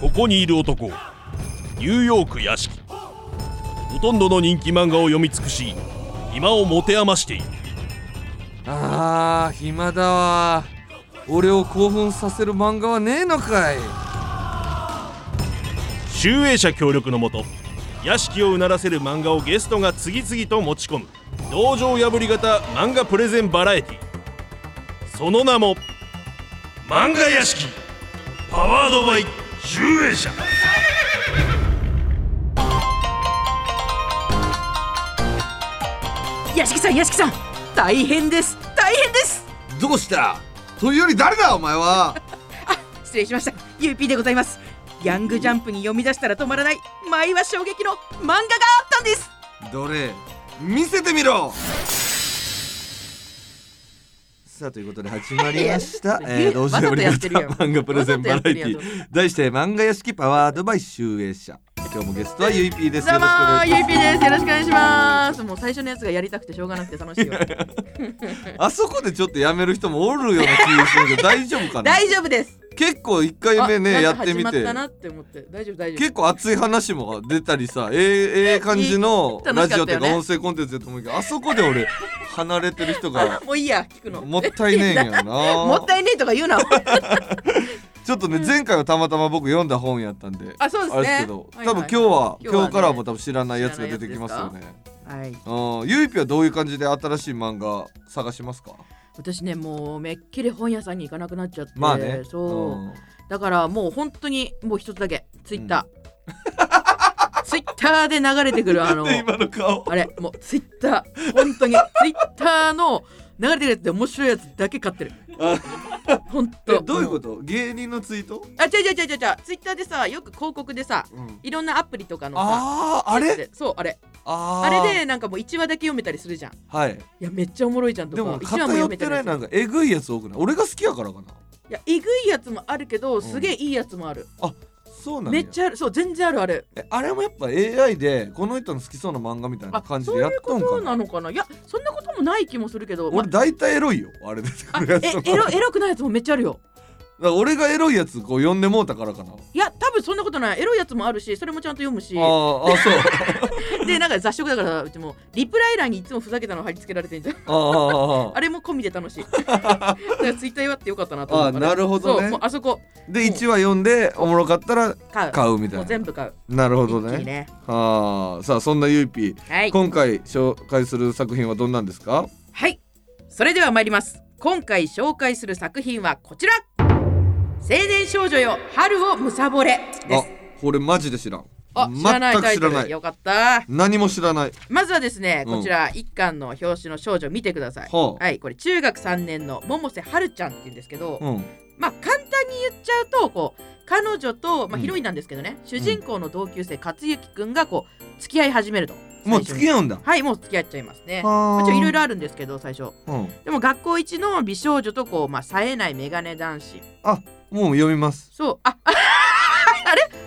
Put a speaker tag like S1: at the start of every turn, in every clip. S1: ここにいる男ニューヨーク屋敷ほとんどの人気漫画を読み尽くし暇を持て余している
S2: あー暇だわ俺を興奮させる漫画はねえのかい
S1: 集英社協力のもと屋敷をうならせる漫画をゲストが次々と持ち込む道場破り型漫画プレゼンバラエティその名も「漫画屋敷パワードバイ集英社」
S3: 屋敷さん屋敷さん大変です大変です
S4: どうしたというより誰だお前は
S3: あ失礼しました UP でございますヤングジャンプに読み出したら止まらない前は衝撃の漫画があったんです
S4: どれ見せてみろさあということで始まりま した
S3: いやい
S4: え
S3: や
S4: ー道場破り型
S3: わざとやってるやん
S4: 漫画プレゼンバラエテ
S3: わざとや
S4: ィ
S3: ってる
S4: 題して漫画屋敷パワードバイ集英社今日もゲストはゆいぴーです
S3: どう
S4: よ
S3: も
S4: ろしくお願いしま
S3: UP ですよろしくお願いしますもう最初のやつがやりたくてしょうがなくて楽しいよ
S4: すあそこでちょっとやめる人もおるような気がするけど大丈夫かな
S3: 大丈夫です
S4: 結構一回目ね
S3: あ
S4: や
S3: なん
S4: っ
S3: か
S4: てみ
S3: 始ま
S4: て
S3: ったなって思って大丈夫大丈夫
S4: 結構熱い話も出たりさええええ感じの
S3: 楽
S4: ラ
S3: しか
S4: ジオ
S3: っ
S4: ったてい
S3: よ
S4: うか
S3: ね
S4: 音声コンテンツだと思うけどあそこで俺離れてる人が
S3: あもういいや聞くの
S4: もったいねえんやな
S3: もったいねえと か言うな
S4: ちょっとね、前回はたまたま僕読んだ本やったんで
S3: あそうですね
S4: あれですけど、
S3: はいはい
S4: 多分今日は
S3: 今
S4: 今
S3: 日
S4: 日
S3: はね
S4: からはもう多分知らないやつが出てきますよね
S3: はい
S4: うん、ゆいぴはどういう感じで新しい漫画探しますか
S3: 私ねもうめっきり本屋さんに行かなくなっちゃって
S4: まあね、
S3: そう、
S4: ん
S3: だからもう本当にもう一つだけツイッタ ー、 ツイッターで流れてくるあの
S4: で今の顔
S3: あれもうツイッター本当にツイッターの流れてるやつで面白いやつだけ 買ってる
S4: あ
S3: 本
S4: え
S3: 当
S4: どういうことと芸人のツイート、
S3: あ違う違う違う違うツイッターでさよく広告でさ
S4: うん、
S3: いろんなアプリとかのさ
S4: あーあ
S3: やつ
S4: れ
S3: でそうあれ
S4: あ
S3: あ
S4: ー
S3: れでなんかもう1話だけ読めたりするじゃんい
S4: はい
S3: やめっちゃおもろいじゃんと
S4: で
S3: か
S4: も
S3: 一話も
S4: 偏
S3: 読
S4: っ
S3: め
S4: て
S3: た
S4: ない
S3: りす
S4: なん
S3: る
S4: かえぐいやつ多くない俺が好きやからかない
S3: やえぐいやつもあるけどすげえいいやつもある、
S4: そうなんや
S3: めっちゃあるそう全然あるある
S4: えあれもやっぱ AI でこの人の好きそうな漫画みたいな感じでやっとん
S3: そ
S4: か
S3: う
S4: な
S3: なのかないやそんなこともない気もするけどま
S4: 俺大体エロいよあれ出て
S3: あ
S4: く
S3: え
S4: るやつとか
S3: エロエロくないやつもめっちゃあるよ
S4: だから俺がエロいやつこう呼んでもうたからかな。あ
S3: いや多分そんなことないエロいやつもあるしそれもちゃんと読むし
S4: あ、あそう。
S3: でなんか雑食だからうちもリプライ欄にいつもふざけたの貼り付けられてんじゃん
S4: ああ、あ
S3: あれも込みで楽 しいだからツイッター祝ってよかったなと思うから
S4: あなるほどね
S3: そうもうあそこ
S4: あ。で、1話読んで、おもろかったら
S3: 買う
S4: 買うみた
S3: も
S4: いな。
S3: う全部買う
S4: なるほど
S3: 一気に
S4: ね。
S3: ね
S4: はあ、さあ、そんなゆいぴ、
S3: はい、
S4: 今回紹介する作品はどんなんですか
S3: はい、それでは参ります今回紹介する作品はこちら青年少女よ春をむさぼれで
S4: あ
S3: す、
S4: これマジで知らん。
S3: あ知らない
S4: 全
S3: タ
S4: く
S3: イ
S4: 知
S3: ト
S4: ら
S3: ル
S4: ない。
S3: よかった
S4: 何も知らない。
S3: まずはですね
S4: うん
S3: こちら、一巻の表紙の少女見てください、
S4: はあ
S3: はいこれ中学3年の百瀬春ちゃんって言うんですけど、
S4: うん。
S3: まあ簡単に言っちゃうとこう彼女と、まあ、
S4: うん
S3: ヒロインなんですけどね、主人公の同級生克幸くんがこう付き合い始めると
S4: もう付き
S3: 合
S4: 合うんだ。
S3: はいもう付き合っちゃいますねまあ
S4: は
S3: ちょいろいろあるんですけど最初
S4: うん。
S3: でも学校一の美少女とこう、まあ、冴えないメガネ男子
S4: もう読みます。
S3: そうあ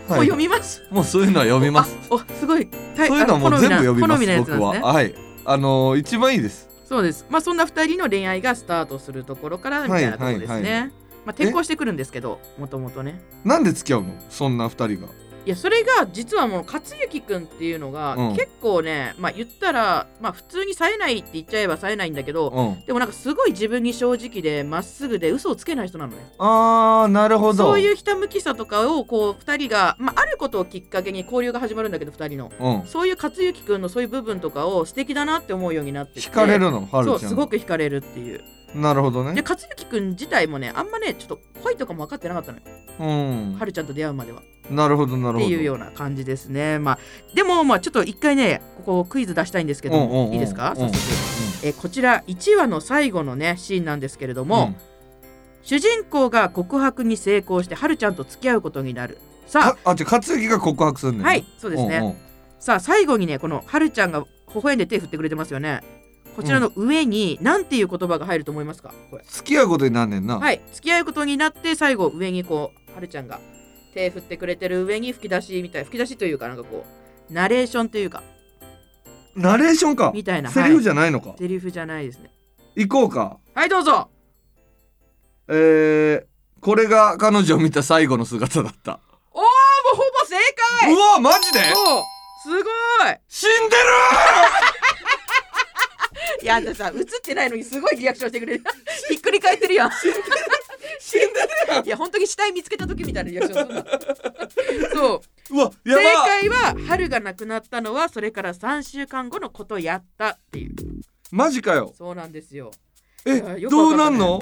S3: あもう
S4: はい
S3: 読。みます
S4: もうそういうのは読みます。
S3: あおすごいた
S4: そういうのはもう
S3: あ
S4: 全部
S3: 好み
S4: 読み
S3: な
S4: ま
S3: 好みなや
S4: す。
S3: つなん
S4: 僕
S3: です
S4: は。
S3: ね
S4: はい。あのー、一番いいです。
S3: そうです。まあそんな二人の恋愛がスタートするところからみたいなところですね。
S4: はいはいは
S3: まあ転校してくるんですけど、もともとね。
S4: なんで付き合うのそんな二人が。
S3: いやそれが実はもう克幸くんっていうのが
S4: うん
S3: 結構ね、まあ言ったらまあ普通に冴えないって言っちゃえば冴えないんだけど、
S4: うん。
S3: でもなんかすごい自分に正直でまっすぐで嘘をつけない人なのね。
S4: あー、なるほど。。
S3: そういううひたむきさとかをこう二人がまああることをきっかけに交流が始まるんだけど二人の。
S4: うん。
S3: そういう克幸くんのそういう部分とかを素敵だなって思うようになってきて
S4: 惹かれるの、はるち
S3: そ
S4: ゃ。
S3: うんすごく。惹かれるっていう
S4: なるほど
S3: で
S4: ね。
S3: 克幸くん自体もねあんまねちょっと恋とかも分かってなかったのよ、
S4: うん
S3: は。るちゃんと出会うまではっ
S4: なるほど、なるほど。
S3: ていうような感じですねまあでもまあちょっと一回ねここクイズ出したいんですけども
S4: うんうんうん
S3: いいですか、
S4: うん
S3: 早速えこちら1話の最後のねシーンなんですけれど
S4: うん。
S3: も、主人公が告白に成功してはるちゃんと付き合うことになるさ
S4: かあ、じゃあ、勝之が告白する
S3: あ
S4: ね。
S3: はい。そうですね、
S4: うんうん。
S3: さあ最後にねこのはるちゃんが微笑んで手振ってくれてますよねこちらの上に何ていう言葉が入ると思いますかこれ
S4: 付き合うことになんねんな。
S3: はい、付き合うことになって最後上にこうはるちゃんが手振ってくれてる上に吹き出しみたい吹き出しというかなんかこうナレーションというか
S4: ナレーションか。
S3: みたいな
S4: セリフじ
S3: ゃ、
S4: ゃないのか
S3: はい、。セリフじゃないですね
S4: 行こうか。
S3: はいどうぞ
S4: えー、これが彼女を見た最後の姿だった。
S3: お正解
S4: うわマジで
S3: そうすごい
S4: 死んでる
S3: いやだってさ映ってないのにすごいリアクションしてくれる ひっくり返ってるやん死んでるいや本当に死体見つけた時みたいなリアクションするなそう
S4: うわや
S3: 正
S4: ば
S3: 解は春が亡くなったのはそれから3週間後のことやったっていう
S4: マジかよ
S3: そうなんですよ
S4: え
S3: あよく
S4: どう
S3: わ
S4: な
S3: かんない
S4: んの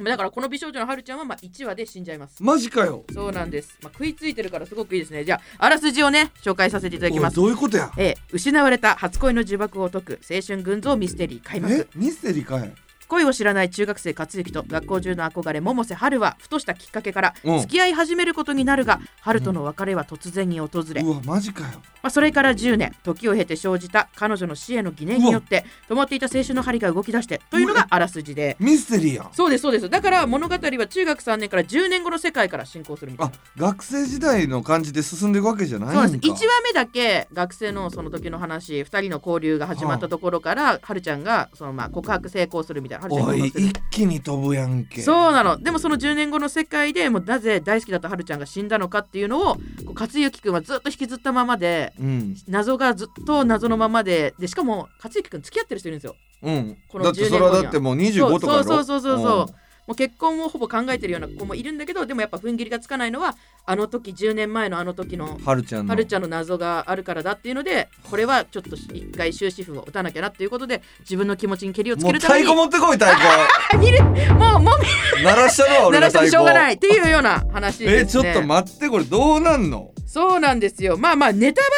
S3: だからこの美少女の春ちゃんはまあ1話で死んじゃいます
S4: マジかよ
S3: そうなんです、まあ、食いついてるからすごくいいですねじゃああらすじをね紹介させていただき
S4: お
S3: ま
S4: い
S3: す
S4: どういうことや
S3: A 失われた初恋の呪縛を解く青春群像ミステリー開幕
S4: えミステリーかい
S3: 恋を知らない中学生克之と学校中の憧れ百瀬春はふとしたきっかけから
S4: うん
S3: 付き合い始めることになるが、春との別れは突然に訪れ、ま
S4: うわマジかよ
S3: あ、それから10年時を経て生じた彼女の死への疑念によって止まっていた青春の針が動き出してというのがあらすじで。
S4: ミステリーやん
S3: そうですそうですだから物語は中学3年から10年後の世界から進行するみたい
S4: あ
S3: な
S4: 学生時代の感じで進んでいくわけじゃないん
S3: そう
S4: か
S3: なんです1話目だけ学生のその時の話2人の交流が始まったところから春ちゃんがそのまあ告白成功するみたいな春ちゃんが
S4: おい
S3: 告白する
S4: 一気に飛ぶやんけ
S3: そうなのでもその10年後の世界でもうなぜ大好きだったはるちゃんが死んだのかっていうのをこう勝之くんはずっと引きずったままで
S4: うん
S3: 謎がずっと謎のままででしかも勝之くん付き合ってる人いるんですよ
S4: うん
S3: この
S4: だって
S3: 10
S4: それはだってもう25とかやろ
S3: そうそうそうそうそうもう結婚をほぼ考えてるような子もいるんだけどでもやっぱ踏ん切りがつかないのはあの時10年前のあの時の
S4: うんはるちゃんの
S3: はるちゃんの謎があるからだっていうのでこれはちょっと一回終止符を打たなきゃなっていうことで自分の気持ちにけりをつ
S4: も
S3: け
S4: う
S3: る
S4: 太
S3: ために
S4: 鼓持ってこい太鼓
S3: もうもう
S4: 鳴らしたのは俺の
S3: 鳴らし
S4: 太
S3: ても
S4: 鼓
S3: しょうがないっていうような話です、
S4: えち
S3: ね、
S4: ょっと待ってこれどうなんの
S3: そうなんですよ。まあまあネタバ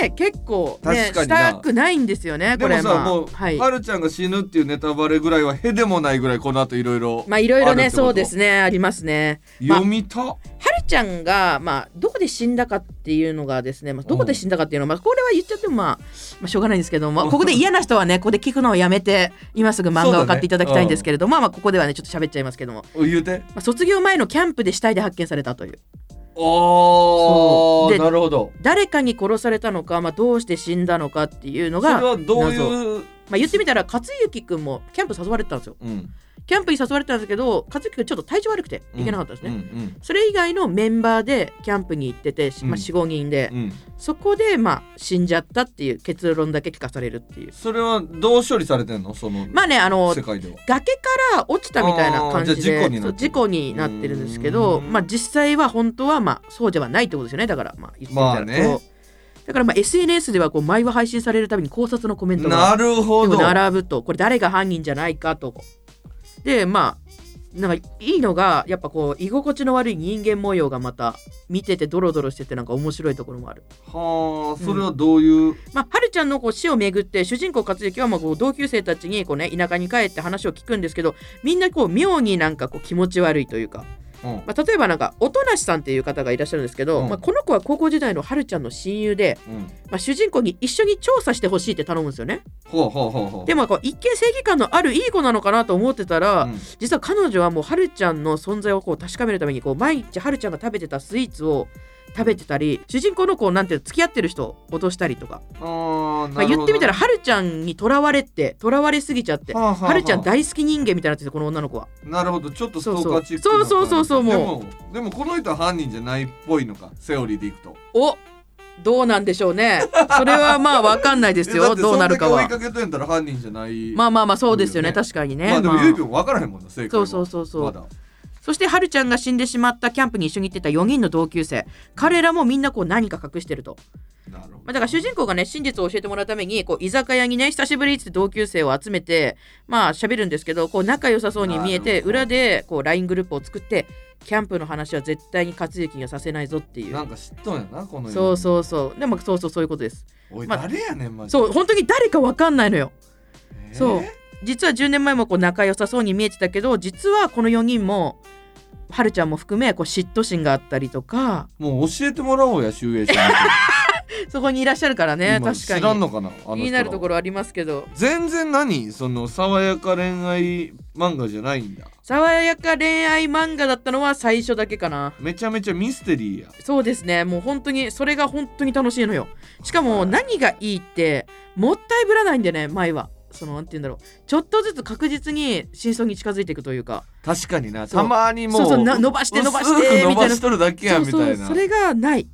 S3: レがね結構
S4: 確
S3: ね
S4: か
S3: し
S4: にな
S3: たくないんですよね。
S4: で
S3: こ
S4: も
S3: れ
S4: さ
S3: まあ
S4: もう、
S3: はい。
S4: はるちゃんが死ぬっていうネタバレぐらいはへでもないぐらいこの後いろいろ
S3: まあいろいろ
S4: あるっ
S3: ね
S4: てこと
S3: そうですねありますね。まあ
S4: 読みた
S3: はるちゃんがまあどこで死んだかっていうのがですね、まあ、どこで死んだかっていうのは、まあ、これは言っちゃってもまあ、まあ、しょうがないんですけども、まあここで嫌な人はねここで聞くのをやめて今すぐ漫画を買っていただきたいんですけれども、まあまあここではねちょっと喋っちゃいますけども、
S4: お言うて
S3: まあ、卒業前のキャンプで死体で発見されたという
S4: お
S3: そう
S4: ー
S3: で
S4: なるほど
S3: 誰かに殺されたのか、まあ、どうして死んだのかっていうの
S4: それ
S3: が、ま
S4: はどういう
S3: あ、言ってみたら勝之くんもキャンプ誘われてたんですよ。
S4: うん
S3: キャンプに誘われてたんですけど、和樹君ちょっと体調悪くて行けなかったんですね。
S4: うん
S3: それ以外のメンバーでキャンプに行ってて、しま
S4: う
S3: あ、
S4: ん
S3: 4、5人で、
S4: うん、うん、
S3: そこで、まあ、死んじゃったっていう結論だけ聞かされるっていう。
S4: それはどう処理されてんのその
S3: まあね、あの
S4: 世、界では
S3: 崖から落ちたみたいな感じ
S4: あーじゃあ事故
S3: で
S4: になってる
S3: そう事故になってるんですけど、
S4: うーん
S3: まあ、実際は本当は、まあ、そうじゃないってことですよね。だから、まあ、言ってみたら
S4: まあね
S3: こうだから、まあ、SNS ではこう毎話配信されるたびに考察のコメントが
S4: なるほ
S3: で
S4: ど
S3: も並ぶとこれ誰が犯人じゃないかとでまあなんかいいのがやっぱこう居心地の悪い人間模様がまた見ててドロドロしててなんか面白いところもある
S4: はあそれはどういう、
S3: まあはるちゃんのこう死をめぐって主人公克之はまあこう同級生たちにこうね田舎に帰って話を聞くんですけどみんなこう妙になんかこう気持ち悪いというか、
S4: うん
S3: まあ、例えばなんか音無さんっていう方がいらっしゃるんですけど、
S4: うん
S3: まあ、この子は高校時代のはるちゃんの親友で、
S4: うん、
S3: まあ、主人公に一緒に調査してほしいって頼むんですよね
S4: ほうほうほうほう
S3: で
S4: も、
S3: もこう一見正義感のあるいい子なのかなと思ってたら、
S4: うん
S3: 実は彼女はもうはるちゃんの存在をこう確かめるためにこう毎日はるちゃんが食べてたスイーツを食べてたり主人公のこうなんていうの付き合ってる人を落としたりとか、
S4: あー
S3: まあ、
S4: なる
S3: 言
S4: ほど
S3: ってみたらはるちゃんにとらわれてとらわれすぎちゃって。
S4: はあはあはあ
S3: はるちゃん大好き人間みたいになっててこの女の子は
S4: なるほどちょっとストーカーチックな
S3: そうそうそうそうそうそう
S4: で
S3: も
S4: もでもこの人は犯人じゃないっぽいのかセオリーでいくと
S3: おどうなんでしょう ねそれはまあわかんないです
S4: えだ
S3: よ
S4: って
S3: どうなるか
S4: そんだ
S3: は
S4: け追いかけてんだら犯人じゃない
S3: まあまあまあそうですよ
S4: そ
S3: ね
S4: うよね
S3: 確かにね、
S4: まあでも
S3: まあ
S4: ゆいぴょん分からへんもんな正解は
S3: そうそうそうそう
S4: まだ
S3: そしてはるちゃんが死んでしまったキャンプに一緒に行ってた4人の同級生彼らもみんなこう何か隠してると、
S4: なるほど
S3: まあ、だから主人公がね真実を教えてもらうためにこう居酒屋にね久しぶりっつって同級生を集めてまあ喋るんですけどこう仲良さそうに見え
S4: な
S3: て
S4: るほど
S3: 裏でこう LINE グループを作ってキャンプの話は絶対に勝之にはさせないぞってい
S4: な
S3: うん
S4: か知っとんやなこの
S3: そう
S4: う
S3: そうそうでもそうそうそういうことです
S4: おい
S3: まあ
S4: 誰やねんマジで
S3: そう本当に誰かわかんないのよ
S4: えー
S3: そう実は10年前もこう仲良さそうに見えてたけど実はこの4人もはるちゃんも含めこう嫉妬心があったりとか
S4: もう教えてもらおうや集英社の人
S3: そこにいらっしゃるから ね、
S4: 今
S3: 確か
S4: 知らん
S3: に。
S4: のかなあの人ら
S3: 気になるところありますけど、
S4: 全然何その爽やか恋愛漫画じゃないんだ
S3: 爽やか恋愛漫画だったのは最初だけかな。
S4: めちゃめちゃミステリーや
S3: そうですね、もう本当に、それが本当に楽しいのよ。しかも、何がいいって、もったいぶらないんでね、前は。その、なんて言うんだろう。ちょっとずつ確実に真相に近づいていくというか。
S4: 確かにな
S3: そう
S4: たまにもう
S3: そうそうな伸ばして伸ばして
S4: 薄く伸
S3: みたい
S4: ば
S3: な
S4: しとるだけやみたいな
S3: そうそう、それがない。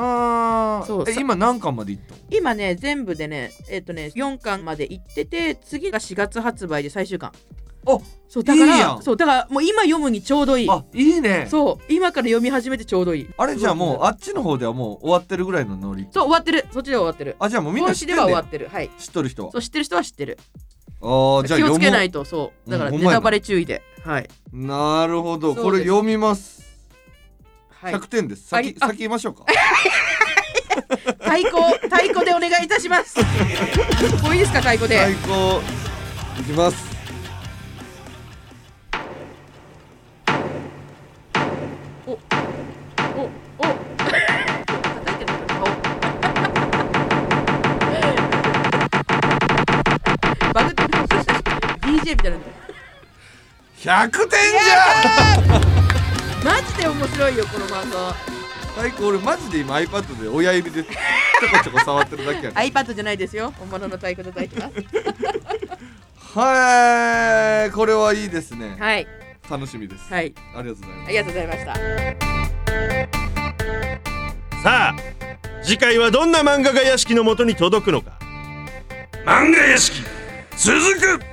S2: あ
S3: そう
S2: ーえ
S3: さ
S2: 今何巻までいったの
S3: 今ね全部でねえっ、とね4巻まで行ってて次が4月発売で最終巻
S2: あ
S3: そうだから
S2: いいやん
S3: そうだからもう今読むにちょうどいい
S2: あいいね
S3: そう今から読み始めてちょうどいい
S4: あれじゃあもうあっちの方ではもう終わってるぐらいのノリ
S3: そう終わってるそっちでは終わってる
S4: あじゃあもうみんな
S3: 本
S4: 知っ
S3: 誌
S4: て
S3: で
S4: ん
S3: は
S4: だ
S3: 終わ
S4: よ
S3: ってるはい
S4: 知っとる人は
S3: そう知ってる人は知ってる
S4: あーじゃあ
S3: 気を
S4: 読
S3: つけ
S4: む
S3: ないとそうだから
S4: うんほん
S3: ネ
S4: まやな
S3: タバレ注意ではい
S4: なるほど
S3: そうです
S4: これ読みます
S3: はい
S4: 100点です
S3: あ
S4: 先
S3: りあ
S4: 先言いましょうか
S3: 太鼓太鼓でお願いいたします もういいですか太鼓で、
S4: 最高いきます
S3: おお 叩いてるおバグってる DJ みたいな
S4: 100点じゃん
S3: マジで面白いよこの漫画
S4: 最高俺マジで今 iPad で親指でちょこちょこ触ってるだけやね
S3: iPad じゃないですよ本物の太鼓叩いてます
S4: はいこれはいいですね
S3: はい
S4: 楽しみですあ
S3: はい
S4: りがとうございます
S3: ありがとうございました
S1: さあ次回はどんな漫画が屋敷の元に届くのか漫画屋敷続く